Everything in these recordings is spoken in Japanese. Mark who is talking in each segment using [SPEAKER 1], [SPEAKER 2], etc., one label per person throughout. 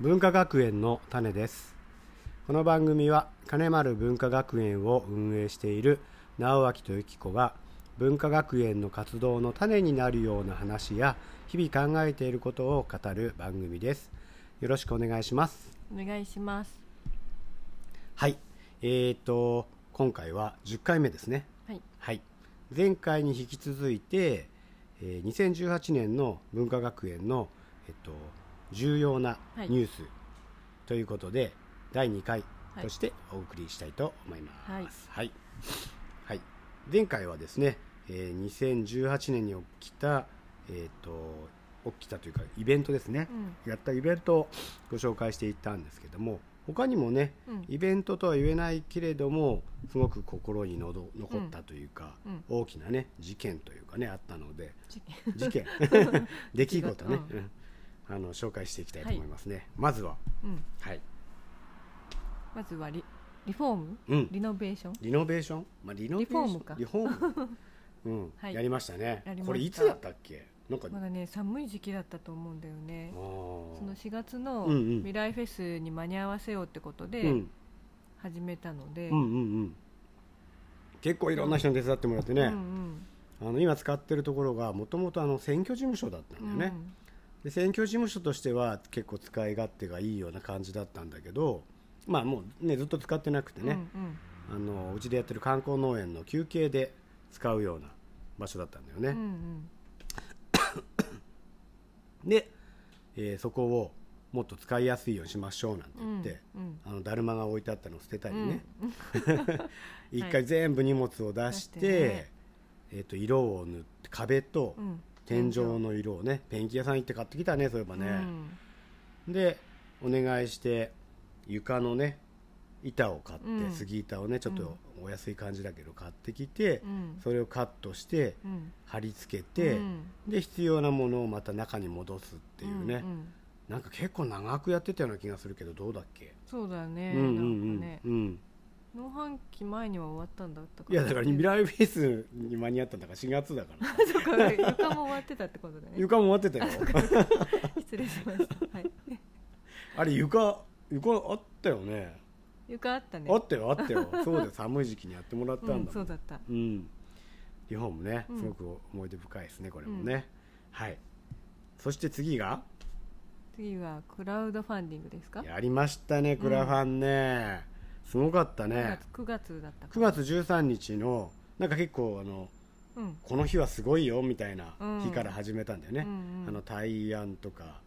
[SPEAKER 1] 文化学園の種ですこの番組は金丸文化学園を運営している直脇と由紀子が文化学園の活動の種になるような話や日々考えていることを語る番組ですよろしくお願いします
[SPEAKER 2] お願いします
[SPEAKER 1] はいえーと今回は10回目ですね
[SPEAKER 2] はい
[SPEAKER 1] はい前回に引き続いて、えー2018年の文化学園の、えっと、重要なニュースということで、第2回
[SPEAKER 2] はい
[SPEAKER 1] としてお送りしたいと思います。は
[SPEAKER 2] はいい、
[SPEAKER 1] はい前回はですね、えー2018年に起きた、えっと起きたというかイベントですね
[SPEAKER 2] う、ん
[SPEAKER 1] やったイベントをご紹介していったんですけども他にもね
[SPEAKER 2] うん
[SPEAKER 1] イベントとは言えないけれどもすごく心にのど残ったというか、
[SPEAKER 2] うん
[SPEAKER 1] 大きなね事件というかねあったので
[SPEAKER 2] 事件
[SPEAKER 1] 事 件出来事ね、
[SPEAKER 2] う
[SPEAKER 1] うんあの紹介していきたいと思いますね、まずは
[SPEAKER 2] うん
[SPEAKER 1] はい、
[SPEAKER 2] まずはリリフォーム
[SPEAKER 1] うん、
[SPEAKER 2] リノベーション
[SPEAKER 1] リノベーション、まあ、リノベーション
[SPEAKER 2] リフォームか
[SPEAKER 1] リフォー ムうん、
[SPEAKER 2] はい
[SPEAKER 1] やりましたね
[SPEAKER 2] やりました
[SPEAKER 1] これいつだったっけなんか、
[SPEAKER 2] ま
[SPEAKER 1] あ
[SPEAKER 2] だね寒い時期だったと思うんだよねその
[SPEAKER 1] ー
[SPEAKER 2] 4月の
[SPEAKER 1] うんうん
[SPEAKER 2] 未来フェスに間に合わせようってこと
[SPEAKER 1] う
[SPEAKER 2] で
[SPEAKER 1] ん
[SPEAKER 2] 始めたので、
[SPEAKER 1] うんうんうん結構いろんな人に手伝ってもらってね、
[SPEAKER 2] うん
[SPEAKER 1] あの今使ってるところがもともと選挙事務所だった
[SPEAKER 2] うん
[SPEAKER 1] んだよね、で選挙事務所としては結構使い勝手がいいような感じだったんだけどまあもうねずっと使ってなくて
[SPEAKER 2] うん
[SPEAKER 1] ね、
[SPEAKER 2] うんうん
[SPEAKER 1] あのうちでやってる観光農園の休憩で使うような場所だったんだよ
[SPEAKER 2] うんう
[SPEAKER 1] ね、
[SPEAKER 2] ん
[SPEAKER 1] で、えーそこをもっと使いやすいようにしましょうなんて
[SPEAKER 2] うん
[SPEAKER 1] 言って、
[SPEAKER 2] うん
[SPEAKER 1] あのだるまが置いてあったのを捨てたりね、
[SPEAKER 2] うん
[SPEAKER 1] 一回全部荷物を出して、
[SPEAKER 2] 出してね
[SPEAKER 1] えー、と色を塗って壁と
[SPEAKER 2] うん
[SPEAKER 1] 天井の色をねペンキ屋さん行って買ってきたねそういえばね、
[SPEAKER 2] うん
[SPEAKER 1] でお願いして床のね板を買って、
[SPEAKER 2] うん
[SPEAKER 1] 杉板をねちょっとお安い感じだけど買ってきて、
[SPEAKER 2] うん
[SPEAKER 1] それをカットして
[SPEAKER 2] うん
[SPEAKER 1] 貼り付けて、
[SPEAKER 2] うん
[SPEAKER 1] で必要なものをまた中に戻すっていうね、
[SPEAKER 2] んん
[SPEAKER 1] なんか結構長くやってたような気がするけどどうだっけ、
[SPEAKER 2] そうだね、
[SPEAKER 1] うんう
[SPEAKER 2] なん
[SPEAKER 1] ん
[SPEAKER 2] かね
[SPEAKER 1] うんうん
[SPEAKER 2] 農繁期前には終わったんだったか
[SPEAKER 1] いやだから未来フェスに間に合ったんだから4月だからさ
[SPEAKER 2] そうか床も終わってたってことだね
[SPEAKER 1] 床も終わってたよ
[SPEAKER 2] 失礼しました、はい、
[SPEAKER 1] あれ床床あったよね
[SPEAKER 2] 床あったね
[SPEAKER 1] あったよあったよそうだよ寒い時期にやってもらったんだも
[SPEAKER 2] うんん、そうだった
[SPEAKER 1] うん、日本もね、
[SPEAKER 2] うん
[SPEAKER 1] すごく思い出深いですね、これもね。はい。そして次が、
[SPEAKER 2] 次はクラウドファンディングですか
[SPEAKER 1] やりましたね、クラファンね。すごかった
[SPEAKER 2] 9
[SPEAKER 1] ね
[SPEAKER 2] 月。9月だったか
[SPEAKER 1] 9月13日の、なんか結構、あの、
[SPEAKER 2] うん
[SPEAKER 1] この日はすごいよみたいな
[SPEAKER 2] うん
[SPEAKER 1] 日から始めたんだよね。
[SPEAKER 2] うんうん
[SPEAKER 1] あの、大安とか、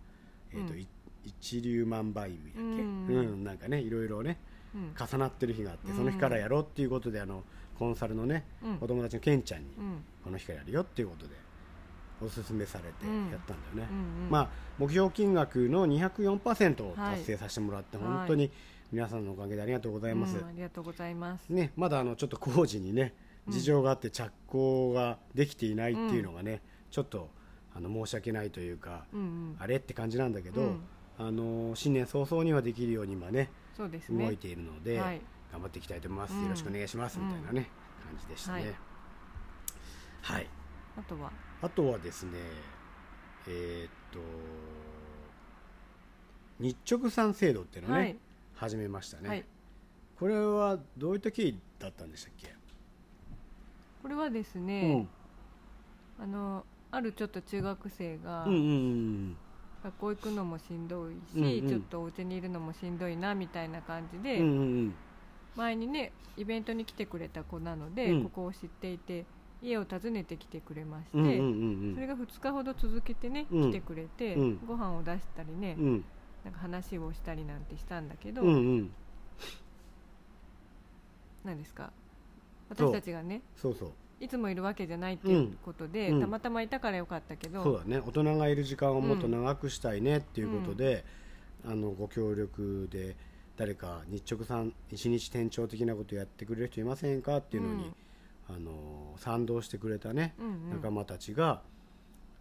[SPEAKER 1] えっ、と、
[SPEAKER 2] うん
[SPEAKER 1] い一粒万倍日だっけ、う
[SPEAKER 2] うんん、
[SPEAKER 1] なんかね、いろいろね、
[SPEAKER 2] うん
[SPEAKER 1] 重なってる日があって、
[SPEAKER 2] うん
[SPEAKER 1] その日からやろうっていうことで、あの、コンサルのね、
[SPEAKER 2] うん
[SPEAKER 1] お友達のケンちゃんに、
[SPEAKER 2] うん
[SPEAKER 1] この日からやるよっていうことでおすすめされてやったんだよね、
[SPEAKER 2] うんうん
[SPEAKER 1] まあ、目標金額の204%を達成させてもらって、
[SPEAKER 2] はい
[SPEAKER 1] 本当に皆さんのおかげでありがとうございます、
[SPEAKER 2] うんありがとうございます
[SPEAKER 1] ね、まだあのちょっと工事にね
[SPEAKER 2] うん
[SPEAKER 1] 事情があって着工ができていないっていうのがね、ちょっとあの申し訳ないというか、
[SPEAKER 2] うんうん
[SPEAKER 1] あれって感じなんだけど、
[SPEAKER 2] うん
[SPEAKER 1] あの新年早々にはできるように今ね
[SPEAKER 2] そうですね
[SPEAKER 1] 動いているので、
[SPEAKER 2] はい
[SPEAKER 1] 頑張っていきたいと思います、
[SPEAKER 2] うん
[SPEAKER 1] よろしくお願いしますみたいなね、感じでしたね。はい
[SPEAKER 2] あとは
[SPEAKER 1] あとはですね、えーっと、日直さん制度っていうのをね、
[SPEAKER 2] はい
[SPEAKER 1] 始めましたね、
[SPEAKER 2] はい
[SPEAKER 1] これはどういった経緯だったんでしたっけ、
[SPEAKER 2] これはですねあのあるちょっと中学生が
[SPEAKER 1] うん、うんうん
[SPEAKER 2] 学校行くのもしん
[SPEAKER 1] う
[SPEAKER 2] どい
[SPEAKER 1] んうん
[SPEAKER 2] しちょっとお家にいるのもしんどいなみたいな感じ
[SPEAKER 1] う
[SPEAKER 2] で
[SPEAKER 1] ん、うんうん
[SPEAKER 2] 前にねイベントに来てくれた子なので、
[SPEAKER 1] うん
[SPEAKER 2] ここを知っていて家を訪ねてきてくれまして、
[SPEAKER 1] うんうんうん
[SPEAKER 2] それが2日ほど続けてね、
[SPEAKER 1] うん
[SPEAKER 2] 来てくれて、
[SPEAKER 1] うん
[SPEAKER 2] ご飯を出したりね、
[SPEAKER 1] うんうん
[SPEAKER 2] なんか話をしたりなんてしたんだけど、
[SPEAKER 1] うんうん
[SPEAKER 2] なんですか
[SPEAKER 1] そう
[SPEAKER 2] 私たちがね
[SPEAKER 1] そうそう
[SPEAKER 2] いつもいるわけじゃないっていうことで、
[SPEAKER 1] うん
[SPEAKER 2] たまたまいたからよかったけど
[SPEAKER 1] そうだね大人がいる時間をもっと長くしたいねっていうことで、あのご協力で誰か日直さん一日店長的なことやってくれる人いませんかっていうのに、あの賛同してくれたね、
[SPEAKER 2] うんうん
[SPEAKER 1] 仲間たちが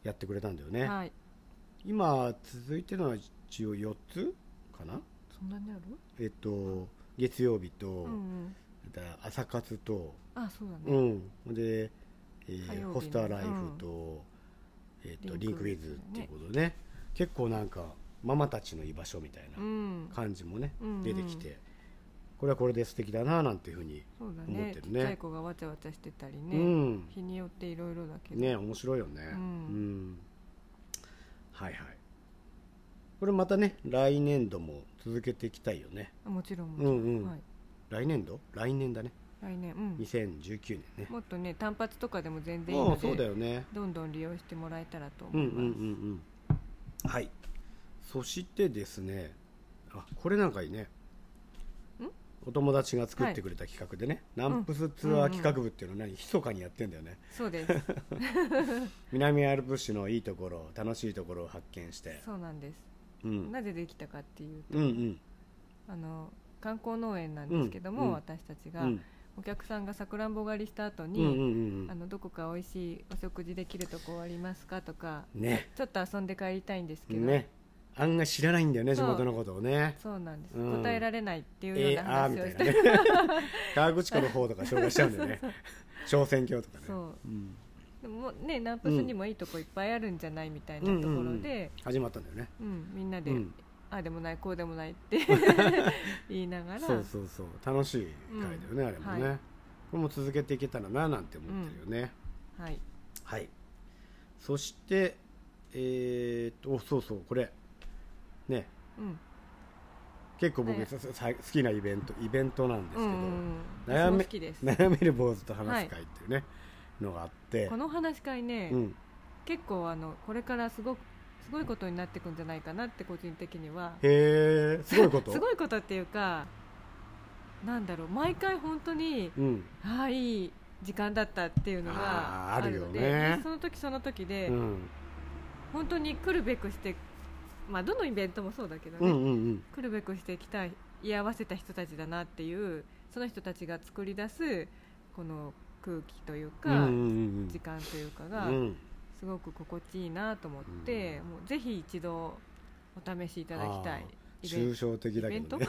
[SPEAKER 1] やってくれたんだよね、
[SPEAKER 2] はい、
[SPEAKER 1] 今続いてるのは一応4つかな
[SPEAKER 2] そんなにある、
[SPEAKER 1] えっと月曜日と、
[SPEAKER 2] うんうん、
[SPEAKER 1] だから朝活と、
[SPEAKER 2] あそうだ
[SPEAKER 1] う
[SPEAKER 2] ね、
[SPEAKER 1] ん、で、え
[SPEAKER 2] 火曜日
[SPEAKER 1] ー
[SPEAKER 2] の
[SPEAKER 1] ホスターライフと、えっとリ
[SPEAKER 2] リ
[SPEAKER 1] ン
[SPEAKER 2] ン
[SPEAKER 1] ク
[SPEAKER 2] ク
[SPEAKER 1] ウ
[SPEAKER 2] ウ
[SPEAKER 1] ィ
[SPEAKER 2] ィ
[SPEAKER 1] ズ
[SPEAKER 2] ズ
[SPEAKER 1] っ
[SPEAKER 2] ね
[SPEAKER 1] ていうことでね結構なんかママたちの居場所みたい
[SPEAKER 2] うんう
[SPEAKER 1] なん感じもね、
[SPEAKER 2] うんうん
[SPEAKER 1] 出てきてこれはこれで素敵だななんていうふうに、
[SPEAKER 2] そうだ
[SPEAKER 1] 思っ
[SPEAKER 2] ね
[SPEAKER 1] てる
[SPEAKER 2] ち
[SPEAKER 1] ね
[SPEAKER 2] っちゃい子がわちゃわちゃしてたり
[SPEAKER 1] う
[SPEAKER 2] ね、
[SPEAKER 1] ん
[SPEAKER 2] 日によっていろいろだけど、
[SPEAKER 1] ね面白いよね
[SPEAKER 2] う
[SPEAKER 1] う
[SPEAKER 2] ん
[SPEAKER 1] んはいはいこれまたね来年度も続けていきたいよね
[SPEAKER 2] あもちろんもち
[SPEAKER 1] う
[SPEAKER 2] ろん、
[SPEAKER 1] んうん、
[SPEAKER 2] はい、
[SPEAKER 1] 来年度来年だね
[SPEAKER 2] 来年、うん、
[SPEAKER 1] 2019年ね
[SPEAKER 2] もっとね単発とかでも全然いい
[SPEAKER 1] も
[SPEAKER 2] の
[SPEAKER 1] うそうだ
[SPEAKER 2] で
[SPEAKER 1] よね
[SPEAKER 2] どんどん利用してもらえたらと
[SPEAKER 1] うんう
[SPEAKER 2] 思い
[SPEAKER 1] ん
[SPEAKER 2] ます、
[SPEAKER 1] うんうんはいそしてですねあこれなんかいいねお友達が作ってくれた企画でね、ナンプスツアー企画部っていうのを何、密かにやってんだよね
[SPEAKER 2] そうです
[SPEAKER 1] 南アルプスのいいところ楽しいところを発見して
[SPEAKER 2] そうなんです
[SPEAKER 1] うん
[SPEAKER 2] なぜできたかっていうと
[SPEAKER 1] うんうん
[SPEAKER 2] あの観光農園なんですけども、
[SPEAKER 1] うんうん
[SPEAKER 2] 私たち
[SPEAKER 1] う
[SPEAKER 2] が、
[SPEAKER 1] ん
[SPEAKER 2] お客さんがさくらんぼ狩りした後
[SPEAKER 1] うんうん
[SPEAKER 2] に、
[SPEAKER 1] うん
[SPEAKER 2] あのどこか美味しいお食事できるとこありますかとか
[SPEAKER 1] ね
[SPEAKER 2] ちょっと遊んで帰りたいんですけど、
[SPEAKER 1] ね案外知らないんだよね地
[SPEAKER 2] そう
[SPEAKER 1] 元のことをね
[SPEAKER 2] そうなんです、
[SPEAKER 1] うん
[SPEAKER 2] 答えられないっていうよう
[SPEAKER 1] えー、
[SPEAKER 2] な
[SPEAKER 1] あーみ
[SPEAKER 2] 話
[SPEAKER 1] たい
[SPEAKER 2] をした
[SPEAKER 1] なね 河口湖の方とか紹介しちゃうんだよね小選挙とかね
[SPEAKER 2] そ
[SPEAKER 1] う
[SPEAKER 2] う
[SPEAKER 1] ん
[SPEAKER 2] でもねナンプスにもいいとこいっぱいあるんじゃないみたいなところで、
[SPEAKER 1] 始まったんだよね
[SPEAKER 2] うんみんなで、
[SPEAKER 1] うん
[SPEAKER 2] ああでもないこうでもないって 言いながら
[SPEAKER 1] そうそうそう楽しい回だよね、
[SPEAKER 2] うん
[SPEAKER 1] あれもね、
[SPEAKER 2] はい
[SPEAKER 1] これも続けていけたらななんて思ってるよね、
[SPEAKER 2] はい、
[SPEAKER 1] はいそしてえー、っとおそうそうこれね
[SPEAKER 2] うん、
[SPEAKER 1] 結構僕、
[SPEAKER 2] ね
[SPEAKER 1] ささ好きなイベントイベントなんですけ
[SPEAKER 2] う
[SPEAKER 1] ど、
[SPEAKER 2] んうんうん
[SPEAKER 1] 悩め
[SPEAKER 2] 私も好きです
[SPEAKER 1] 悩める坊主と話す会っていうね、のがあって
[SPEAKER 2] この話し会ね、
[SPEAKER 1] うん、
[SPEAKER 2] 結構あのこれからすごくすごいことになっていくんじゃないかなって個人的には
[SPEAKER 1] へえすごいこと
[SPEAKER 2] すごいことっていうかなんだろう毎回本当に
[SPEAKER 1] うん
[SPEAKER 2] ああいい時間だったっていうの
[SPEAKER 1] あーあ
[SPEAKER 2] があ
[SPEAKER 1] る
[SPEAKER 2] る
[SPEAKER 1] よ
[SPEAKER 2] ので
[SPEAKER 1] ね
[SPEAKER 2] でその時その時で、
[SPEAKER 1] うん
[SPEAKER 2] 本当に来るべくして、まあ、どのイベントもそうだけど
[SPEAKER 1] う
[SPEAKER 2] ね、
[SPEAKER 1] んうんうん
[SPEAKER 2] 来るべくしてきた居合わせた人たちだなっていうその人たちが作り出すこの空気という
[SPEAKER 1] うんうん
[SPEAKER 2] か、
[SPEAKER 1] うん
[SPEAKER 2] 時間というか
[SPEAKER 1] う
[SPEAKER 2] が、
[SPEAKER 1] ん
[SPEAKER 2] すごく心地いいなと思って、
[SPEAKER 1] う
[SPEAKER 2] もうぜひ一度お試しいただきたいイベ
[SPEAKER 1] 抽
[SPEAKER 2] ン
[SPEAKER 1] 象的
[SPEAKER 2] イ
[SPEAKER 1] だ
[SPEAKER 2] ベ
[SPEAKER 1] け
[SPEAKER 2] ン
[SPEAKER 1] ど
[SPEAKER 2] ト
[SPEAKER 1] ね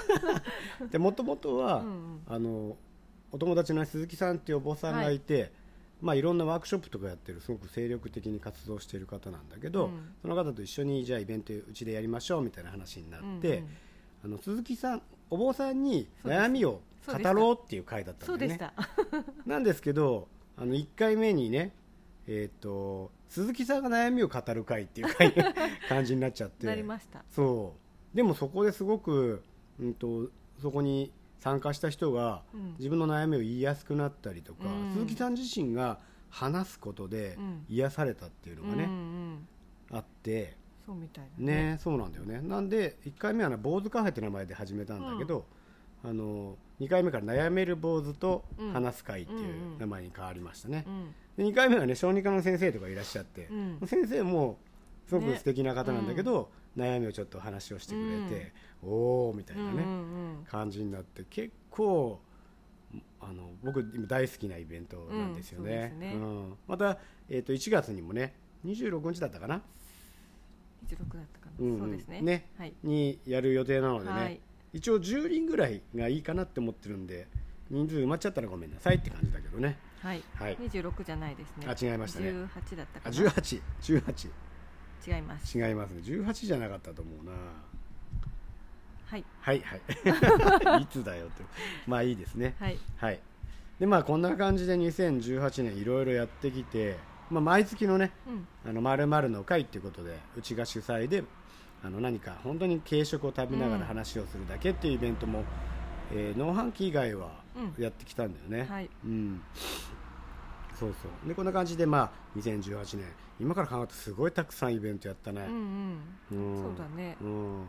[SPEAKER 1] でもともとは、
[SPEAKER 2] うんうん
[SPEAKER 1] あのお友達の鈴木さんっていうお坊さんがいて、いまあ、いろんなワークショップとかやってるすごく精力的に活動している方なんだけど、
[SPEAKER 2] うん
[SPEAKER 1] その方と一緒にじゃあイベントうちでやりましょうみたいな話になって、
[SPEAKER 2] うんうん
[SPEAKER 1] あの鈴木さんお坊さんに
[SPEAKER 2] そうです
[SPEAKER 1] 悩みを語ろうっていう回だった
[SPEAKER 2] そ
[SPEAKER 1] ん
[SPEAKER 2] う
[SPEAKER 1] だ
[SPEAKER 2] で
[SPEAKER 1] よ
[SPEAKER 2] し
[SPEAKER 1] ね
[SPEAKER 2] た、
[SPEAKER 1] なんですけどあの1回目にねえーっと鈴木さんが悩みを語る回っていう回 感じになっちゃって
[SPEAKER 2] なりました
[SPEAKER 1] そうでもそこですごく、うん、とそこに参加した人が
[SPEAKER 2] うん
[SPEAKER 1] 自分の悩みを言いやすくなったりとか、
[SPEAKER 2] うん
[SPEAKER 1] 鈴木さん自身が話すことで
[SPEAKER 2] うん
[SPEAKER 1] 癒されたっていうのが
[SPEAKER 2] うんう
[SPEAKER 1] ね、
[SPEAKER 2] ん
[SPEAKER 1] あって
[SPEAKER 2] そうみたいな
[SPEAKER 1] ねそうなんだよねなんで1回目はね坊主カフェって名前で始めたんだけど、あの2回目から悩める坊主と話す会っていう名前に変わりましたね
[SPEAKER 2] う、ん
[SPEAKER 1] で2回目はね小児科の先生とかいらっしゃって、
[SPEAKER 2] うん
[SPEAKER 1] 先生もすごく素敵な方なんだけど、悩みをちょっと話をしてくれて、おおみたいなね、
[SPEAKER 2] うんうんうん
[SPEAKER 1] 感じになって結構あの僕今大好きなイベントなんですよね,、
[SPEAKER 2] うんそうですね
[SPEAKER 1] んまた、えー、と1月にもね26日だったかな
[SPEAKER 2] 一六だったかな、
[SPEAKER 1] うんうん
[SPEAKER 2] そうですね
[SPEAKER 1] ね
[SPEAKER 2] はい、
[SPEAKER 1] にやる予定なのでね、
[SPEAKER 2] はい、
[SPEAKER 1] 一応10人ぐらいがいいかなって思ってるんで人数埋まっちゃったらごめんなさいって感じだけどね
[SPEAKER 2] はい、
[SPEAKER 1] はい
[SPEAKER 2] 二十六じゃないですね
[SPEAKER 1] あ違いましたね
[SPEAKER 2] 十八だった
[SPEAKER 1] あ
[SPEAKER 2] かな
[SPEAKER 1] 1818
[SPEAKER 2] 違います
[SPEAKER 1] 違いますね18じゃなかったと思うな
[SPEAKER 2] はい
[SPEAKER 1] はいはい いつだよってまあいいですね
[SPEAKER 2] はい
[SPEAKER 1] はいでまあこんな感じで2018年いろいろやってきて、まあ、毎月のね
[SPEAKER 2] うん
[SPEAKER 1] 「あの〇〇の会」っていうことでうちが主催であの何か本当に軽食を食べながら
[SPEAKER 2] うん
[SPEAKER 1] 話をするだけっていうイベントも、えー農繁期以外は
[SPEAKER 2] うん
[SPEAKER 1] やってきたんだよね、
[SPEAKER 2] はい
[SPEAKER 1] うんそうそうでこんな感じでまあ2018年今から考えるとすごいたくさんイベントやったね、
[SPEAKER 2] うん
[SPEAKER 1] う
[SPEAKER 2] うん
[SPEAKER 1] ん
[SPEAKER 2] そうだね
[SPEAKER 1] うん、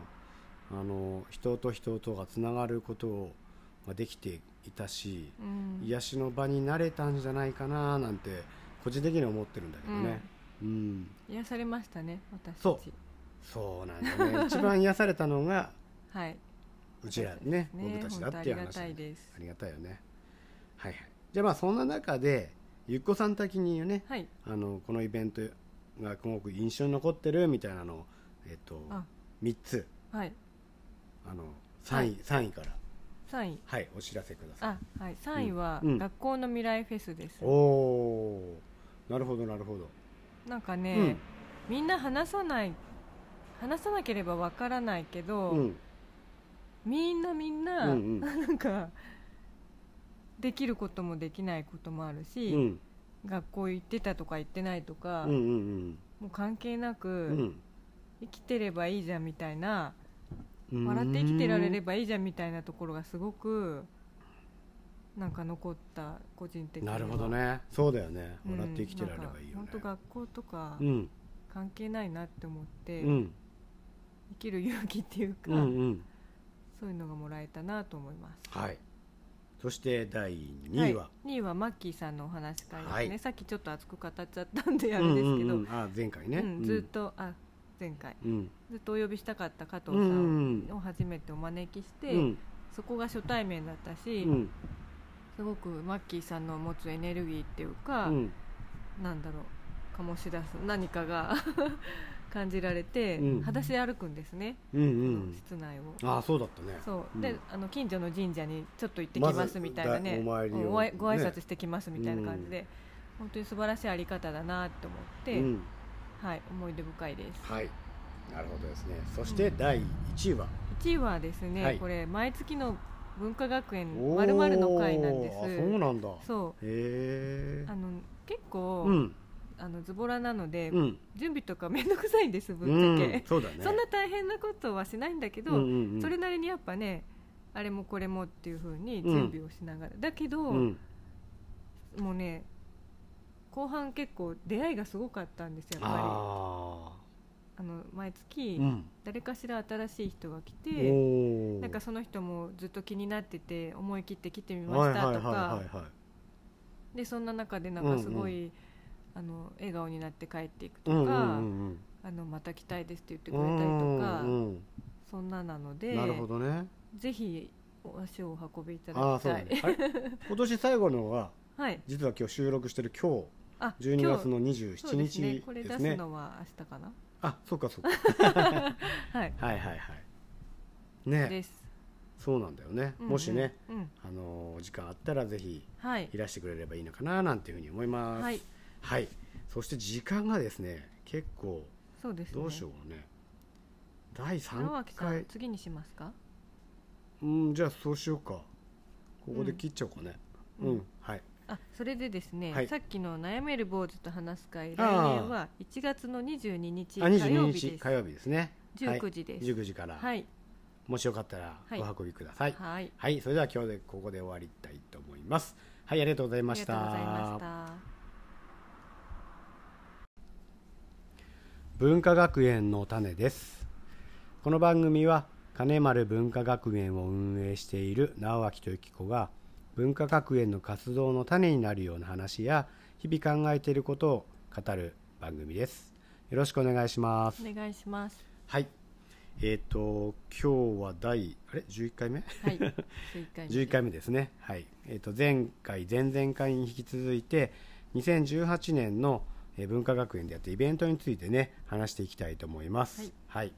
[SPEAKER 1] あの人と人とがつながることができていたし、
[SPEAKER 2] うん
[SPEAKER 1] 癒しの場になれたんじゃないかななんて個人的には思ってるんだけどね、うん
[SPEAKER 2] 癒されましたね私たち
[SPEAKER 1] そうそうなんだよ ね一番癒されたのが
[SPEAKER 2] はい、
[SPEAKER 1] うちらね
[SPEAKER 2] そうですね
[SPEAKER 1] 僕たちだっていう
[SPEAKER 2] 本
[SPEAKER 1] 話
[SPEAKER 2] 当ありがたいです
[SPEAKER 1] ありがたいよねはいはいじゃあまあそんな中でゆっこさん的にね
[SPEAKER 2] はい、
[SPEAKER 1] あのこのイベントがすごく印象に残ってるみたいなのを、えっと、
[SPEAKER 2] あ
[SPEAKER 1] 3つ
[SPEAKER 2] はい、
[SPEAKER 1] あの3位、
[SPEAKER 2] はい
[SPEAKER 1] 3位から
[SPEAKER 2] 三位。
[SPEAKER 1] はい、お知らせください。
[SPEAKER 2] あ、はい、三位は
[SPEAKER 1] うん
[SPEAKER 2] 学校の未来フェスです。
[SPEAKER 1] おおー、なるほどなるほど。
[SPEAKER 2] なんか
[SPEAKER 1] うん
[SPEAKER 2] ね、みんな話さない話さなければわからないけど、
[SPEAKER 1] うん
[SPEAKER 2] みんなみん
[SPEAKER 1] う
[SPEAKER 2] な、
[SPEAKER 1] ん
[SPEAKER 2] なんかできることもできないこともある
[SPEAKER 1] う
[SPEAKER 2] し、
[SPEAKER 1] ん
[SPEAKER 2] 学校行ってたとか行ってないとか、
[SPEAKER 1] うんうん
[SPEAKER 2] もう関係なく、
[SPEAKER 1] うんうん
[SPEAKER 2] 生きてればいいじゃんみたいな
[SPEAKER 1] うん
[SPEAKER 2] 笑って生きてられればいいじゃんみたいなところがすごくなんか残った個人的には
[SPEAKER 1] なるほどねそうだよね
[SPEAKER 2] うん
[SPEAKER 1] 笑って生きてられればいいよ
[SPEAKER 2] なん
[SPEAKER 1] ね
[SPEAKER 2] か本当学校とか
[SPEAKER 1] うん
[SPEAKER 2] 関係ないなって思って、
[SPEAKER 1] うん
[SPEAKER 2] 生きる勇気っていうか、
[SPEAKER 1] うんうん
[SPEAKER 2] そういうのがもらえたなと思います
[SPEAKER 1] はいそして第2位は、
[SPEAKER 2] い、2位はマッキーさんのお話会ですね、
[SPEAKER 1] はい
[SPEAKER 2] さっきちょっと熱く語っちゃったんであ
[SPEAKER 1] うん
[SPEAKER 2] れです
[SPEAKER 1] う
[SPEAKER 2] け
[SPEAKER 1] ん
[SPEAKER 2] ど、
[SPEAKER 1] うんあ前回ね、
[SPEAKER 2] うんずっとあ前回
[SPEAKER 1] うん
[SPEAKER 2] ずっとお呼びしたかった加藤
[SPEAKER 1] う
[SPEAKER 2] さ
[SPEAKER 1] んうんん
[SPEAKER 2] を初めてお招きして、
[SPEAKER 1] うん
[SPEAKER 2] そこが初対面だった
[SPEAKER 1] う
[SPEAKER 2] し、
[SPEAKER 1] ん
[SPEAKER 2] すごくマッキーさんの持つエネルギーっていうか、
[SPEAKER 1] うん
[SPEAKER 2] なんだろう醸し出す何かが 感じられて、
[SPEAKER 1] うん
[SPEAKER 2] 裸足で歩くんですね、
[SPEAKER 1] うんうん
[SPEAKER 2] 室内を。
[SPEAKER 1] ああそうだったね
[SPEAKER 2] そう、
[SPEAKER 1] うん
[SPEAKER 2] であの近所の神社にちょっと行ってきま
[SPEAKER 1] ますず
[SPEAKER 2] みたいなね
[SPEAKER 1] だお参りを
[SPEAKER 2] うんごあい
[SPEAKER 1] ね
[SPEAKER 2] ご挨拶してきますみたいな感じで、本当に素晴らしいあり方だなと思って、
[SPEAKER 1] うん
[SPEAKER 2] はい、思い出深いです
[SPEAKER 1] はいなるほどですねそして第1位は、
[SPEAKER 2] 1位はですね、
[SPEAKER 1] はい
[SPEAKER 2] これ毎月の文化学園
[SPEAKER 1] おー
[SPEAKER 2] まるまるの会なんです
[SPEAKER 1] あそうなんだ
[SPEAKER 2] そ
[SPEAKER 1] へえ
[SPEAKER 2] うあの結構、
[SPEAKER 1] うん
[SPEAKER 2] あのズボラなので、
[SPEAKER 1] うん
[SPEAKER 2] 準備とか面倒くさいんですぶ
[SPEAKER 1] う
[SPEAKER 2] っちゃけ、
[SPEAKER 1] んそうだね
[SPEAKER 2] そんな大変なことはしないんだけど、
[SPEAKER 1] うんうんうん
[SPEAKER 2] それなりにやっぱねあれもこれもっていう風に準備をしながら、だけど、
[SPEAKER 1] うん
[SPEAKER 2] もうね後半結構出会いがすごかったんですよやっぱりあ
[SPEAKER 1] あ
[SPEAKER 2] の毎月
[SPEAKER 1] あうん
[SPEAKER 2] 誰かしら新しい人が来て、
[SPEAKER 1] おお
[SPEAKER 2] なんかその人もずっと気になってて思い切って来てみました
[SPEAKER 1] はいは
[SPEAKER 2] とか
[SPEAKER 1] いはいはいはい
[SPEAKER 2] でそんな中でなんかすごい、あの笑顔になって帰っていくとか、
[SPEAKER 1] うんうんうんうん
[SPEAKER 2] あのまた来たいですって言ってくれたりとか、
[SPEAKER 1] うん
[SPEAKER 2] そんななの
[SPEAKER 1] う
[SPEAKER 2] で
[SPEAKER 1] ん、なるほどね
[SPEAKER 2] ぜひお足をお運びいた
[SPEAKER 1] ああ
[SPEAKER 2] だ
[SPEAKER 1] ー
[SPEAKER 2] き
[SPEAKER 1] そう
[SPEAKER 2] た
[SPEAKER 1] だ
[SPEAKER 2] い、
[SPEAKER 1] ねあれ今年最後のは
[SPEAKER 2] はい
[SPEAKER 1] 実は今日収録してる今
[SPEAKER 2] あ
[SPEAKER 1] 日12月
[SPEAKER 2] 今日
[SPEAKER 1] の
[SPEAKER 2] そ
[SPEAKER 1] 27
[SPEAKER 2] うで
[SPEAKER 1] 日
[SPEAKER 2] すねこれ
[SPEAKER 1] で
[SPEAKER 2] 出
[SPEAKER 1] す
[SPEAKER 2] す
[SPEAKER 1] ね
[SPEAKER 2] のは明日かな
[SPEAKER 1] あそうかそうか
[SPEAKER 2] はい
[SPEAKER 1] はいはいはいね
[SPEAKER 2] です、
[SPEAKER 1] そうなんだよね、
[SPEAKER 2] うんうん
[SPEAKER 1] もしね、
[SPEAKER 2] うん
[SPEAKER 1] あのー時間あったらぜひ
[SPEAKER 2] はい
[SPEAKER 1] いらしてくれればいいのかななんていうふうに思います
[SPEAKER 2] はい、
[SPEAKER 1] はいそして時間がですね結構
[SPEAKER 2] そうですね。
[SPEAKER 1] どうしようね第
[SPEAKER 2] 荒
[SPEAKER 1] 3
[SPEAKER 2] 脇さん
[SPEAKER 1] 回
[SPEAKER 2] 次にしますか。
[SPEAKER 1] うんじゃあそうしようかここで切っちゃおうかねうん、
[SPEAKER 2] うん
[SPEAKER 1] はい
[SPEAKER 2] あ、それでですね、
[SPEAKER 1] はい
[SPEAKER 2] さっきの悩める坊主と話す会、来
[SPEAKER 1] あー
[SPEAKER 2] 年は1月の22日
[SPEAKER 1] あ
[SPEAKER 2] 火曜
[SPEAKER 1] 22
[SPEAKER 2] 日
[SPEAKER 1] 日
[SPEAKER 2] です
[SPEAKER 1] 火。曜日ですねはい
[SPEAKER 2] 19時です。
[SPEAKER 1] 19時から、
[SPEAKER 2] はい、
[SPEAKER 1] もしよかったら
[SPEAKER 2] はい
[SPEAKER 1] お運びください、はい
[SPEAKER 2] はい、
[SPEAKER 1] それでは今日でここで終わりたいと思いますはいありがとうござい
[SPEAKER 2] あ
[SPEAKER 1] ま
[SPEAKER 2] り
[SPEAKER 1] し
[SPEAKER 2] がとうございましたた。
[SPEAKER 1] 文化学園の種ですこの番組は金丸文化学園を運営している直脇とゆき子が文化学園の活動の種になるような話や日々考えていることを語る番組ですよろしくお願いします
[SPEAKER 2] お願いします。
[SPEAKER 1] はいえっ、と今日は第あれ11回目
[SPEAKER 2] はい、11回目。
[SPEAKER 1] 11回目ですね、はいえー、と前回、前々回に引き続いて2018年のえー文化学園でやったイベントについてね話していきたいと思います。
[SPEAKER 2] はい
[SPEAKER 1] はい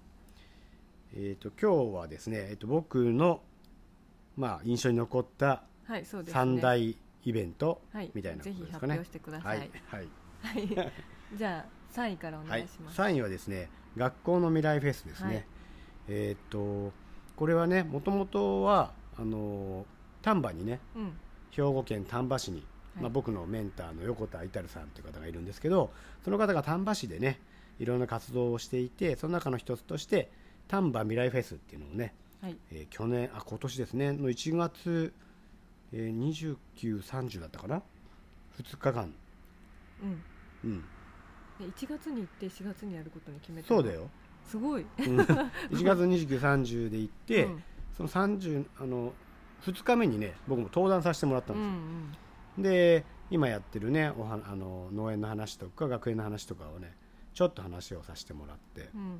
[SPEAKER 1] えー、と今日はですね、えー、と僕の、まあ、印象に残った
[SPEAKER 2] はい、そうですね。
[SPEAKER 1] 三大イベント
[SPEAKER 2] はい
[SPEAKER 1] みたいなこ
[SPEAKER 2] ぜ
[SPEAKER 1] と
[SPEAKER 2] ひ
[SPEAKER 1] です
[SPEAKER 2] 発
[SPEAKER 1] かね。
[SPEAKER 2] 表してください。
[SPEAKER 1] はい
[SPEAKER 2] はい、 じゃあ3位からお
[SPEAKER 1] は
[SPEAKER 2] 願
[SPEAKER 1] い
[SPEAKER 2] いします。
[SPEAKER 1] 3位はですね学校の未来フェスですね、
[SPEAKER 2] はい
[SPEAKER 1] えっ、とこれはねもともとはあのー丹波にね
[SPEAKER 2] うん、は
[SPEAKER 1] 兵庫県丹波市に、
[SPEAKER 2] い
[SPEAKER 1] まあ、僕のメンターの横田いたるさんという方がいるんですけどその方が丹波市でねいろんな活動をしていてその中の一つとして丹波未来フェスっていうのをね、
[SPEAKER 2] はい、
[SPEAKER 1] えー去年あ今年ですねの1月、えー、2930だったかな2日間、
[SPEAKER 2] うん。
[SPEAKER 1] うん、
[SPEAKER 2] で1月に行って4月にやることに決めた。
[SPEAKER 1] そうだ。よ、
[SPEAKER 2] すごい。
[SPEAKER 1] うん、1月2930で行って、
[SPEAKER 2] うん
[SPEAKER 1] その30あの2日目にね僕も登壇させてもらったん
[SPEAKER 2] う
[SPEAKER 1] です
[SPEAKER 2] ん
[SPEAKER 1] よ、
[SPEAKER 2] うん。
[SPEAKER 1] で今やってるねおはあの農園の話とか学園の話とかをねちょっと話をさせてもらって
[SPEAKER 2] うん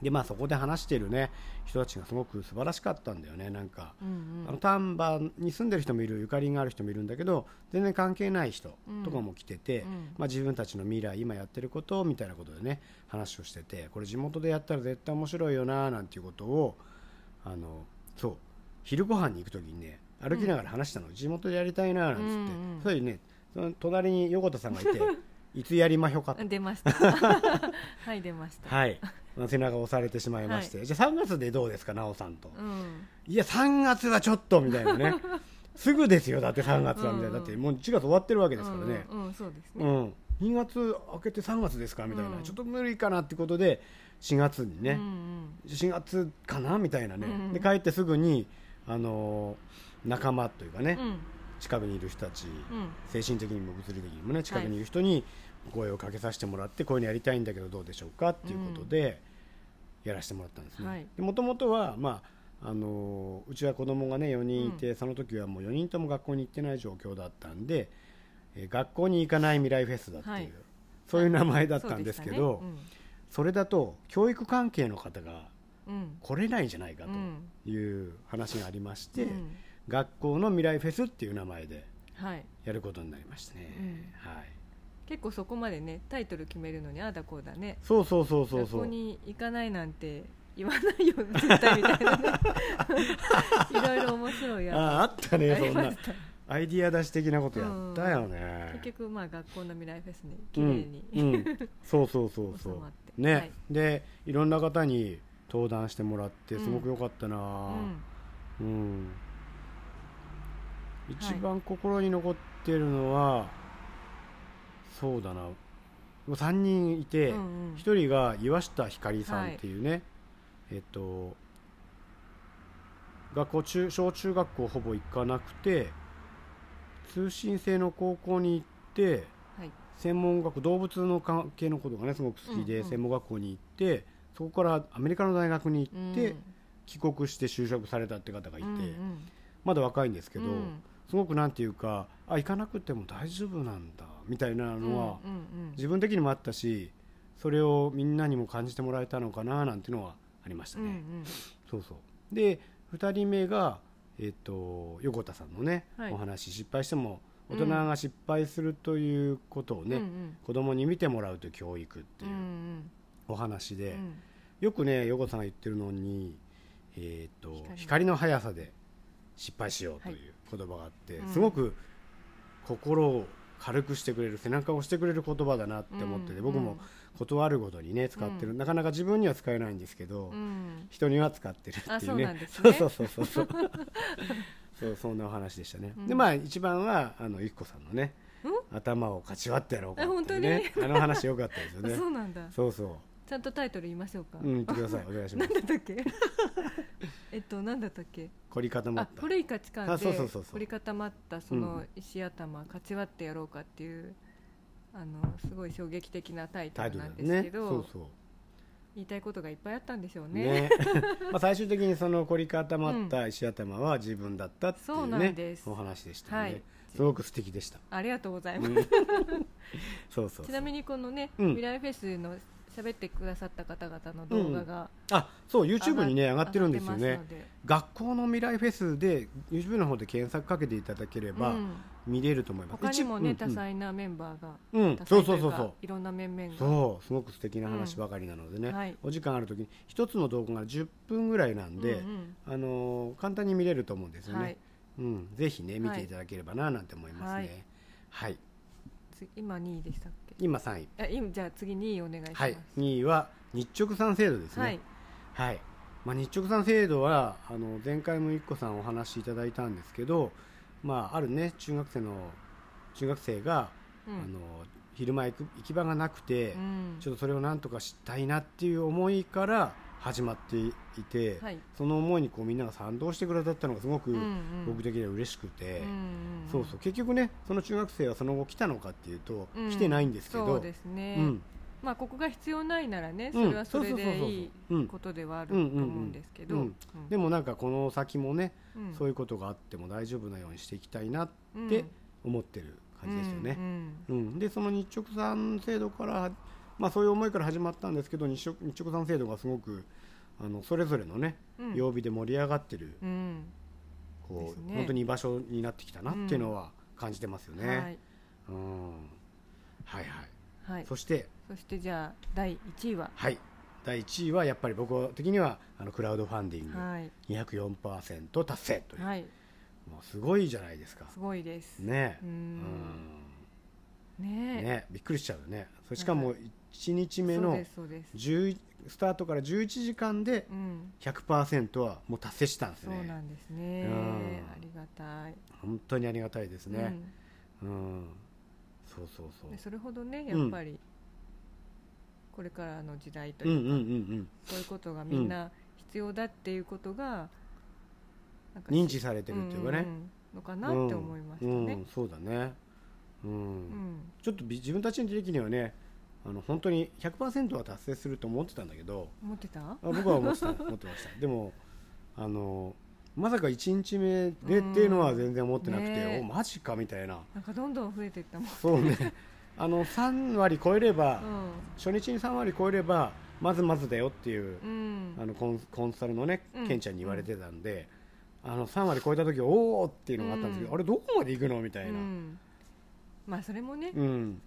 [SPEAKER 1] でまあそこで話してるね人たちがすごく素晴らしかったんだよねなんか、
[SPEAKER 2] うんうん
[SPEAKER 1] あの丹波に住んでる人もいるゆかりがある人もいるんだけど全然関係ない人とかも来てて、
[SPEAKER 2] うん
[SPEAKER 1] まあ、自分たちの未来今やってることみたいなことでね話をしててこれ地元でやったら絶対面白いよななんていうことをあのそう昼ご飯に行く時にね歩きながら話したの、地元でやりたいななんつって、
[SPEAKER 2] うんうん
[SPEAKER 1] それでねその隣 に横田さんがいていつやりまひょかと
[SPEAKER 2] 出ましたはい出ました
[SPEAKER 1] はいあの背中を押されてしまいまして、じゃあ3月でどうですか、奈緒さんと。
[SPEAKER 2] うん
[SPEAKER 1] いや、3月はちょっとみたいなね、すぐですよ、だって3月はみたいな、だってもう1月終わってるわけですからね、
[SPEAKER 2] うんうんそうです
[SPEAKER 1] う
[SPEAKER 2] ね、
[SPEAKER 1] ん、2月明けて3月ですかみたいな、
[SPEAKER 2] うん
[SPEAKER 1] ちょっと無理かなってことで、4月に
[SPEAKER 2] う
[SPEAKER 1] ね
[SPEAKER 2] ん、うん
[SPEAKER 1] 4月かなみたいなね、
[SPEAKER 2] うん
[SPEAKER 1] で帰ってすぐに、あのー仲間というかね、
[SPEAKER 2] うん
[SPEAKER 1] 近くにいる人たち、
[SPEAKER 2] うん
[SPEAKER 1] 精神的にも物理的にもね近くにいる人に声をかけさせてもらって、こういうのやりたいんだけどどうでしょうかっていうことで、やらせてもらったんです
[SPEAKER 2] は
[SPEAKER 1] ね
[SPEAKER 2] い。
[SPEAKER 1] もともとは、まああのーうちは子供がね4人いて、その時はもう4人とも学校に行ってない状況だったんで、えー学校に行かない未来フェスだっていう、
[SPEAKER 2] はい
[SPEAKER 1] そういう名前だったんですけどそ,、
[SPEAKER 2] そうで
[SPEAKER 1] れ
[SPEAKER 2] し
[SPEAKER 1] だと教育関係の方が
[SPEAKER 2] たねうん
[SPEAKER 1] 来れないんじゃないか
[SPEAKER 2] うんうん
[SPEAKER 1] という話がありまして、
[SPEAKER 2] うん
[SPEAKER 1] 学校の未来フェスっていう名前で
[SPEAKER 2] はい、
[SPEAKER 1] やることになりましたね。はい
[SPEAKER 2] 結構そこまでねタイトル決めるのにああだこうだね
[SPEAKER 1] そうそうそうそうそ
[SPEAKER 2] 学校
[SPEAKER 1] う。
[SPEAKER 2] に行かないなんて言わないよ絶対みたいな ねいろいろ面白い
[SPEAKER 1] あ
[SPEAKER 2] や
[SPEAKER 1] ああった
[SPEAKER 2] つ
[SPEAKER 1] ね
[SPEAKER 2] あ
[SPEAKER 1] そん
[SPEAKER 2] りま
[SPEAKER 1] な
[SPEAKER 2] した
[SPEAKER 1] アイディア出し的なことやったよね。
[SPEAKER 2] 結局まあ学校の未来フェスに
[SPEAKER 1] う
[SPEAKER 2] 綺麗
[SPEAKER 1] ん
[SPEAKER 2] に、
[SPEAKER 1] うん、そうそうそう
[SPEAKER 2] 収
[SPEAKER 1] そう
[SPEAKER 2] まって
[SPEAKER 1] ね、
[SPEAKER 2] はい
[SPEAKER 1] でいろんな方に登壇してもらって
[SPEAKER 2] うん
[SPEAKER 1] すごく良かったな
[SPEAKER 2] う
[SPEAKER 1] ぁ
[SPEAKER 2] ん
[SPEAKER 1] うん、一番心に残ってるのは、そうだなもう3人いて、
[SPEAKER 2] うんうん
[SPEAKER 1] 一人が岩下ひかりさんっていうね、えっと学校中小中学校ほぼ行かなくて通信制の高校に行って
[SPEAKER 2] はい
[SPEAKER 1] 専門学動物の関係のことがねすごく好きで、
[SPEAKER 2] うんうん
[SPEAKER 1] 専門学校に行ってそこからアメリカの大学に
[SPEAKER 2] う
[SPEAKER 1] 行
[SPEAKER 2] ん
[SPEAKER 1] って、帰国して就職されたって方がいて、
[SPEAKER 2] うんうん
[SPEAKER 1] まだ若いんですけど、
[SPEAKER 2] うん
[SPEAKER 1] すごくなんていうかあ行かなくても大丈夫なんだみたいなのは、
[SPEAKER 2] うんうんうん
[SPEAKER 1] 自分的にもあったしそれをみんなにも感じてもらえたのかななんていうのはありました
[SPEAKER 2] うんう
[SPEAKER 1] ね、
[SPEAKER 2] ん
[SPEAKER 1] そうそうで2人目が、えっと横田さんのね、
[SPEAKER 2] はい
[SPEAKER 1] お話失敗しても
[SPEAKER 2] う
[SPEAKER 1] 大
[SPEAKER 2] ん
[SPEAKER 1] 人が失敗するということをね、
[SPEAKER 2] うんうん
[SPEAKER 1] 子供に見てもらうという教育ってい
[SPEAKER 2] うんう
[SPEAKER 1] うんお話で、
[SPEAKER 2] うん
[SPEAKER 1] よくね横田さんが言ってるのに、えー、と
[SPEAKER 2] 光の
[SPEAKER 1] 光の速さで失敗しようという言葉があって、
[SPEAKER 2] うん
[SPEAKER 1] すごく心を軽くしてくれる背中を押してくれる言葉だなって思ってて、
[SPEAKER 2] うん
[SPEAKER 1] 僕もことあるごとにね使ってる、
[SPEAKER 2] う
[SPEAKER 1] なかなか自分には使えないんですけど、
[SPEAKER 2] うん
[SPEAKER 1] 人には使ってるっ
[SPEAKER 2] あ
[SPEAKER 1] てい
[SPEAKER 2] そうう
[SPEAKER 1] ね
[SPEAKER 2] なんです ね
[SPEAKER 1] そうそうそうそうそうそんなお話でしたね、
[SPEAKER 2] うん
[SPEAKER 1] でまあ一番はあのゆきこさんのね
[SPEAKER 2] う
[SPEAKER 1] 頭をかち割ってやろうかっていうねあの話良かったですよ
[SPEAKER 2] あ
[SPEAKER 1] ね
[SPEAKER 2] そうなんだ
[SPEAKER 1] そうそ
[SPEAKER 2] ちゃんとタイトル言いましょうか
[SPEAKER 1] ううん言ってくださいお 願いします
[SPEAKER 2] 何だったっけえっと何だったっけ
[SPEAKER 1] 凝り固まっ
[SPEAKER 2] あ
[SPEAKER 1] た
[SPEAKER 2] 古い価値観
[SPEAKER 1] あそう
[SPEAKER 2] で
[SPEAKER 1] そうそうそう
[SPEAKER 2] 凝り固まったその石頭、かち割ってやろうかっていうあのすごい衝撃的なタイト
[SPEAKER 1] 態
[SPEAKER 2] ル
[SPEAKER 1] 度だ
[SPEAKER 2] な
[SPEAKER 1] よ
[SPEAKER 2] んです
[SPEAKER 1] ね
[SPEAKER 2] けど、
[SPEAKER 1] そうそう
[SPEAKER 2] 言いたいことがいっぱいあったんでしょうね
[SPEAKER 1] ね まあ最終的にその凝り固まった石頭は自分だったってい
[SPEAKER 2] そう
[SPEAKER 1] う
[SPEAKER 2] なん
[SPEAKER 1] ね
[SPEAKER 2] です
[SPEAKER 1] お話でした
[SPEAKER 2] は
[SPEAKER 1] ね
[SPEAKER 2] い
[SPEAKER 1] すごく素敵でした
[SPEAKER 2] ありがとうございます、
[SPEAKER 1] うんそうそうそう
[SPEAKER 2] ちなみにこのね、
[SPEAKER 1] うん
[SPEAKER 2] 未来フェスの喋ってくださった方々の動画が、
[SPEAKER 1] あそう YouTube にね上がってるんですよ
[SPEAKER 2] 上が
[SPEAKER 1] ね
[SPEAKER 2] ってますので
[SPEAKER 1] 学校の未来フェスで YouTube の方で検索かけていただければ
[SPEAKER 2] うん
[SPEAKER 1] 見れると思います
[SPEAKER 2] 他にもね、
[SPEAKER 1] 一部
[SPEAKER 2] 多彩なメンバーが
[SPEAKER 1] うんうん
[SPEAKER 2] 多
[SPEAKER 1] そ
[SPEAKER 2] 彩
[SPEAKER 1] うそうそう
[SPEAKER 2] とい
[SPEAKER 1] うそ
[SPEAKER 2] か
[SPEAKER 1] う
[SPEAKER 2] いろんな面々が
[SPEAKER 1] そうすごく素敵な話ばかりなのでね、
[SPEAKER 2] うんはい
[SPEAKER 1] お時間あるときに一つの動画が10分ぐらいなんで、
[SPEAKER 2] うんうん
[SPEAKER 1] あのー簡単に見れると思うんですよね、
[SPEAKER 2] はい、
[SPEAKER 1] うん、ぜひね見
[SPEAKER 2] は
[SPEAKER 1] て
[SPEAKER 2] い
[SPEAKER 1] いただければななんて思いますねはい、
[SPEAKER 2] つ今2位でしたっけ
[SPEAKER 1] 今3位
[SPEAKER 2] あ今じゃあ次2位お願いします
[SPEAKER 1] はい2位は日直さん制度ですね
[SPEAKER 2] は
[SPEAKER 1] はいい、まあ、日直さん制度はあの前回もゆっこさんお話しいただいたんですけど、まあ、あるね中学生の中学生が、
[SPEAKER 2] うん
[SPEAKER 1] あの昼間行く行き場がなくて、
[SPEAKER 2] うん
[SPEAKER 1] ちょっとそれをなんとかしたいなっていう思いから始まっていて、
[SPEAKER 2] はい
[SPEAKER 1] その思いにこうみんなが賛同してくださったのがすごく
[SPEAKER 2] うんうん
[SPEAKER 1] 僕的には嬉しくて、
[SPEAKER 2] うんんん
[SPEAKER 1] そうそう結局ねその中学生はその後来たのかっていうと、
[SPEAKER 2] うん
[SPEAKER 1] 来てないんですけど
[SPEAKER 2] そうですね、
[SPEAKER 1] うん
[SPEAKER 2] まあここが必要ないならね
[SPEAKER 1] う
[SPEAKER 2] そ
[SPEAKER 1] ん
[SPEAKER 2] れはそれ
[SPEAKER 1] そうそうそう
[SPEAKER 2] で
[SPEAKER 1] そう
[SPEAKER 2] い
[SPEAKER 1] うん
[SPEAKER 2] いことではあると思うんですけど
[SPEAKER 1] うんうんうんでもなんかこの先もね、そう
[SPEAKER 2] い
[SPEAKER 1] いうことがあっても大丈夫なようにしていきたいなっ
[SPEAKER 2] うん
[SPEAKER 1] て思ってる感じですよね
[SPEAKER 2] う、ん
[SPEAKER 1] うんでその日直さん制度から、まあ、そういう思いから始まったんですけど日直日直さん制度がすごくあのそれぞれのね、
[SPEAKER 2] うんうん
[SPEAKER 1] 曜日で盛り上がってる
[SPEAKER 2] うん
[SPEAKER 1] こ
[SPEAKER 2] です
[SPEAKER 1] う、
[SPEAKER 2] ね
[SPEAKER 1] 本当に居場所になってきたなっていうのは感じてますよね、
[SPEAKER 2] はい
[SPEAKER 1] うん、はいはい
[SPEAKER 2] はい
[SPEAKER 1] そして
[SPEAKER 2] そしてじゃあ第1位は
[SPEAKER 1] はい第1位はやっぱり僕的にはあのクラウドファンディング
[SPEAKER 2] はい
[SPEAKER 1] 204%達成という、
[SPEAKER 2] はい
[SPEAKER 1] もうすごいじゃないですか
[SPEAKER 2] すごいです
[SPEAKER 1] ね
[SPEAKER 2] う
[SPEAKER 1] え
[SPEAKER 2] んね
[SPEAKER 1] うん
[SPEAKER 2] え
[SPEAKER 1] ねびっくりしちゃうよねそれしかも1日目
[SPEAKER 2] そう
[SPEAKER 1] の
[SPEAKER 2] ですそうです
[SPEAKER 1] 10スタートから11時間で
[SPEAKER 2] うん、
[SPEAKER 1] 100%はもう達成したんです
[SPEAKER 2] そうな
[SPEAKER 1] ね
[SPEAKER 2] んですね、
[SPEAKER 1] うん
[SPEAKER 2] ありがたい
[SPEAKER 1] 本当にありがたいですね、
[SPEAKER 2] うん
[SPEAKER 1] うんそうそうそう
[SPEAKER 2] でそれほどねやっぱり、これからの時代と
[SPEAKER 1] うん
[SPEAKER 2] いううん
[SPEAKER 1] うんうん
[SPEAKER 2] そういうことがみんな必要だっていうことが、なん
[SPEAKER 1] 認知されてるっていうかね、
[SPEAKER 2] んんんのかなって思いました
[SPEAKER 1] うんう
[SPEAKER 2] ね
[SPEAKER 1] ん、そうだねうん、
[SPEAKER 2] うん
[SPEAKER 1] ちょっとび自分たちの時にはねあの本当に100%は達成すると思ってたんだけど
[SPEAKER 2] 思ってた
[SPEAKER 1] あ僕は思ってた思ってましたでもあのまさか1日目でっていうのは全然思ってなくて、
[SPEAKER 2] うんね
[SPEAKER 1] おマジかみたいな
[SPEAKER 2] なんかどんどん増えていったもん、
[SPEAKER 1] そうねあの3割超えれば、
[SPEAKER 2] う
[SPEAKER 1] 初日に3割超えればまずまずだよっていう、
[SPEAKER 2] ん
[SPEAKER 1] あのコンコンサルのね
[SPEAKER 2] うん
[SPEAKER 1] ケンちゃんに言われてたんで、あの3割超えた時おおっていうのがあったんですけど、
[SPEAKER 2] うん
[SPEAKER 1] あれどこまで行くのみたいな、
[SPEAKER 2] う
[SPEAKER 1] うん
[SPEAKER 2] んまあそれもね、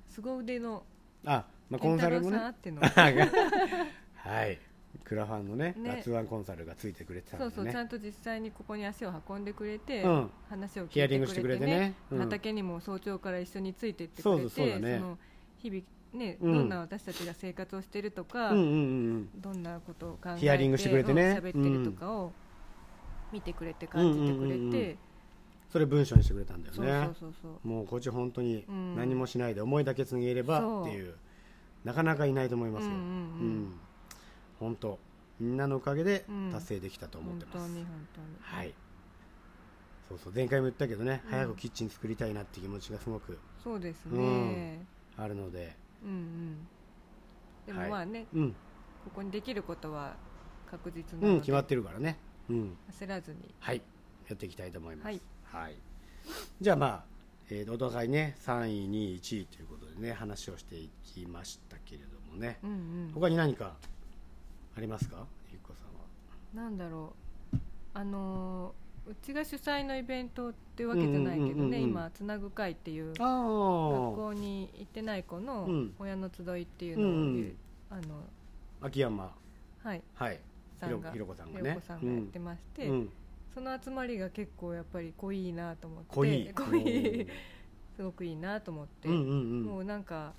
[SPEAKER 2] 凄腕の
[SPEAKER 1] あ、まあ、コ
[SPEAKER 2] 健
[SPEAKER 1] ンサ
[SPEAKER 2] 太
[SPEAKER 1] ル
[SPEAKER 2] 郎
[SPEAKER 1] のね
[SPEAKER 2] さんあって の、
[SPEAKER 1] はいクラファンのね
[SPEAKER 2] ね
[SPEAKER 1] 脱腕コンサルがついてくれてたんで
[SPEAKER 2] そ
[SPEAKER 1] ね
[SPEAKER 2] うそうちゃんと実際にここに足を運んでくれて、
[SPEAKER 1] うん
[SPEAKER 2] 話を聞いてくれて、ね、
[SPEAKER 1] ヒアリングしてくれてね、うん
[SPEAKER 2] 畑にも早朝から一緒についていってくれて
[SPEAKER 1] そうそうそうだね
[SPEAKER 2] の日々ね、
[SPEAKER 1] うん
[SPEAKER 2] どんな私たちが生活をしてるとか、
[SPEAKER 1] うんうんうん
[SPEAKER 2] どんなことを考えて
[SPEAKER 1] ヒアリングしてくれてね
[SPEAKER 2] うん喋ってるとかを見てくれて感じてくれて、
[SPEAKER 1] うんうんうんうんそれ文章にしてくれたんだよね
[SPEAKER 2] そうそうそうそう
[SPEAKER 1] もうこっち本当に
[SPEAKER 2] うん
[SPEAKER 1] 何もしないで思いだけつなげればっていう、なかなかいないと思いますよ、
[SPEAKER 2] うんうんうん
[SPEAKER 1] 本当みんなのおかげで
[SPEAKER 2] うん
[SPEAKER 1] 達成できたと思っ
[SPEAKER 2] 本
[SPEAKER 1] てま
[SPEAKER 2] 当
[SPEAKER 1] す、
[SPEAKER 2] に本当に
[SPEAKER 1] はいそうそう前回も言ったけどね、
[SPEAKER 2] うん
[SPEAKER 1] 早くキッチン作りたいなって気持ちがすごく
[SPEAKER 2] そうですね、
[SPEAKER 1] あるので
[SPEAKER 2] うん、うんでもまあね、
[SPEAKER 1] うん、
[SPEAKER 2] ここにできることは確実
[SPEAKER 1] う
[SPEAKER 2] なの
[SPEAKER 1] ん、
[SPEAKER 2] で、
[SPEAKER 1] 決まってるからねうん
[SPEAKER 2] 焦らずに
[SPEAKER 1] はいやっていきたいと思います
[SPEAKER 2] はい、
[SPEAKER 1] はいじゃあまあ、えーお互いね3位2位1位ということでね話をしていきましたけれどもね、
[SPEAKER 2] うんうん
[SPEAKER 1] 他に何かありますかゆっこさんは
[SPEAKER 2] なんだろうあのーうちが主催のイベントっていうわけじゃないけどね、
[SPEAKER 1] うんうんうんうん
[SPEAKER 2] 今つなぐ会っていう学
[SPEAKER 1] あ
[SPEAKER 2] 校に行ってない子の
[SPEAKER 1] うん
[SPEAKER 2] 親の集いっていうのを、
[SPEAKER 1] うんうん
[SPEAKER 2] あの
[SPEAKER 1] あ秋山
[SPEAKER 2] はい
[SPEAKER 1] はい
[SPEAKER 2] さんが
[SPEAKER 1] ひろひろこさんがね
[SPEAKER 2] ひろこさんがやってまして、
[SPEAKER 1] うん
[SPEAKER 2] その集まりが結構やっぱり濃いなと思って
[SPEAKER 1] 濃い
[SPEAKER 2] 濃い すごくいいなと思って、
[SPEAKER 1] うんうんうん
[SPEAKER 2] もうなんか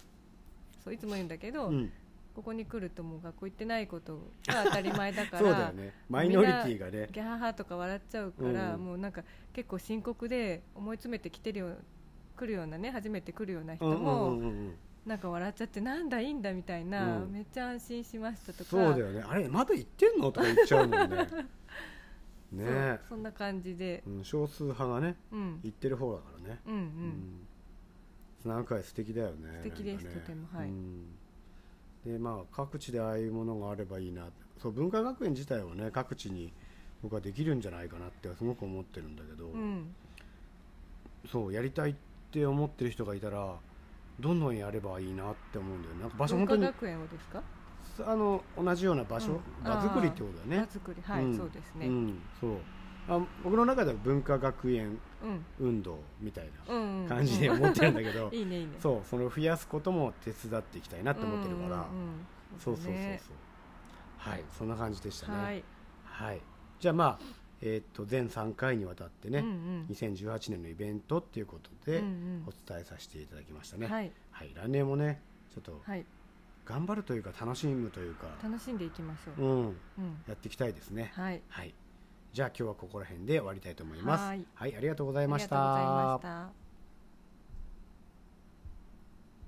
[SPEAKER 2] そういつも言うんだけど、
[SPEAKER 1] うん
[SPEAKER 2] ここに来るともう学校行ってないことが当たり前だから
[SPEAKER 1] そうだよねマイノリティがね
[SPEAKER 2] ギャハハとか笑っちゃうから、
[SPEAKER 1] うん
[SPEAKER 2] もうなんか結構深刻で思い詰めてきてるよ来るようなね初めて来るような人も、
[SPEAKER 1] うんうんうんうん
[SPEAKER 2] なんか笑っちゃってなんだいいんだみたいな、
[SPEAKER 1] うん
[SPEAKER 2] めっちゃ安心しましたとか
[SPEAKER 1] そうだよねあれまだ言ってんのとか言っちゃうもん ねね
[SPEAKER 2] そう
[SPEAKER 1] え
[SPEAKER 2] そんな感じで
[SPEAKER 1] うん少数派がね
[SPEAKER 2] うん
[SPEAKER 1] 言ってる方だからね
[SPEAKER 2] うんうん、
[SPEAKER 1] うんスナーク会素敵だよね
[SPEAKER 2] 素敵です
[SPEAKER 1] なんかね
[SPEAKER 2] とてもはい
[SPEAKER 1] うんでまあ各地でああいうものがあればいいなそう文化学園自体はね各地に僕はできるんじゃないかなってすごく思ってるんだけど、
[SPEAKER 2] うん
[SPEAKER 1] そうやりたいって思ってる人がいたらどんどんやればいいなって思うんだよねなんか場所
[SPEAKER 2] 文
[SPEAKER 1] 本当
[SPEAKER 2] 化
[SPEAKER 1] に
[SPEAKER 2] 学園をですか
[SPEAKER 1] あの同じような場所、
[SPEAKER 2] うん
[SPEAKER 1] 場作りってことだ
[SPEAKER 2] 場、
[SPEAKER 1] ね
[SPEAKER 2] 作りはい、
[SPEAKER 1] ん
[SPEAKER 2] そうですね、う
[SPEAKER 1] うんん、そうあ僕の中では文化学園
[SPEAKER 2] うん
[SPEAKER 1] 運動みたいな
[SPEAKER 2] うんうん、
[SPEAKER 1] 感じで思ってるんだけ ど、
[SPEAKER 2] いいねいいね
[SPEAKER 1] そうその増やすことも手伝っていきたいなと思ってるから、
[SPEAKER 2] うんうんうん
[SPEAKER 1] そうそうそうそう、
[SPEAKER 2] ね
[SPEAKER 1] はいそんな感じでしたねは、
[SPEAKER 2] はいい、
[SPEAKER 1] じゃあまあえーっと全3回にわたってね、
[SPEAKER 2] うんうん
[SPEAKER 1] 2018年のイベントっていうことで
[SPEAKER 2] うん
[SPEAKER 1] お伝えさせていただきましたね、
[SPEAKER 2] うん
[SPEAKER 1] はい
[SPEAKER 2] はい、
[SPEAKER 1] 来年もねちょっと
[SPEAKER 2] はい、
[SPEAKER 1] 頑張るというか楽しむというか、
[SPEAKER 2] 楽しんでいきましょう、
[SPEAKER 1] うん、
[SPEAKER 2] うん、
[SPEAKER 1] やっていきたいですね
[SPEAKER 2] はい
[SPEAKER 1] はい、じゃあ今日はここら辺で終わりたいと思います
[SPEAKER 2] はい
[SPEAKER 1] はいありがとうござ
[SPEAKER 2] あ
[SPEAKER 1] い
[SPEAKER 2] り
[SPEAKER 1] ま
[SPEAKER 2] がと
[SPEAKER 1] し
[SPEAKER 2] うござい
[SPEAKER 1] た
[SPEAKER 2] ました。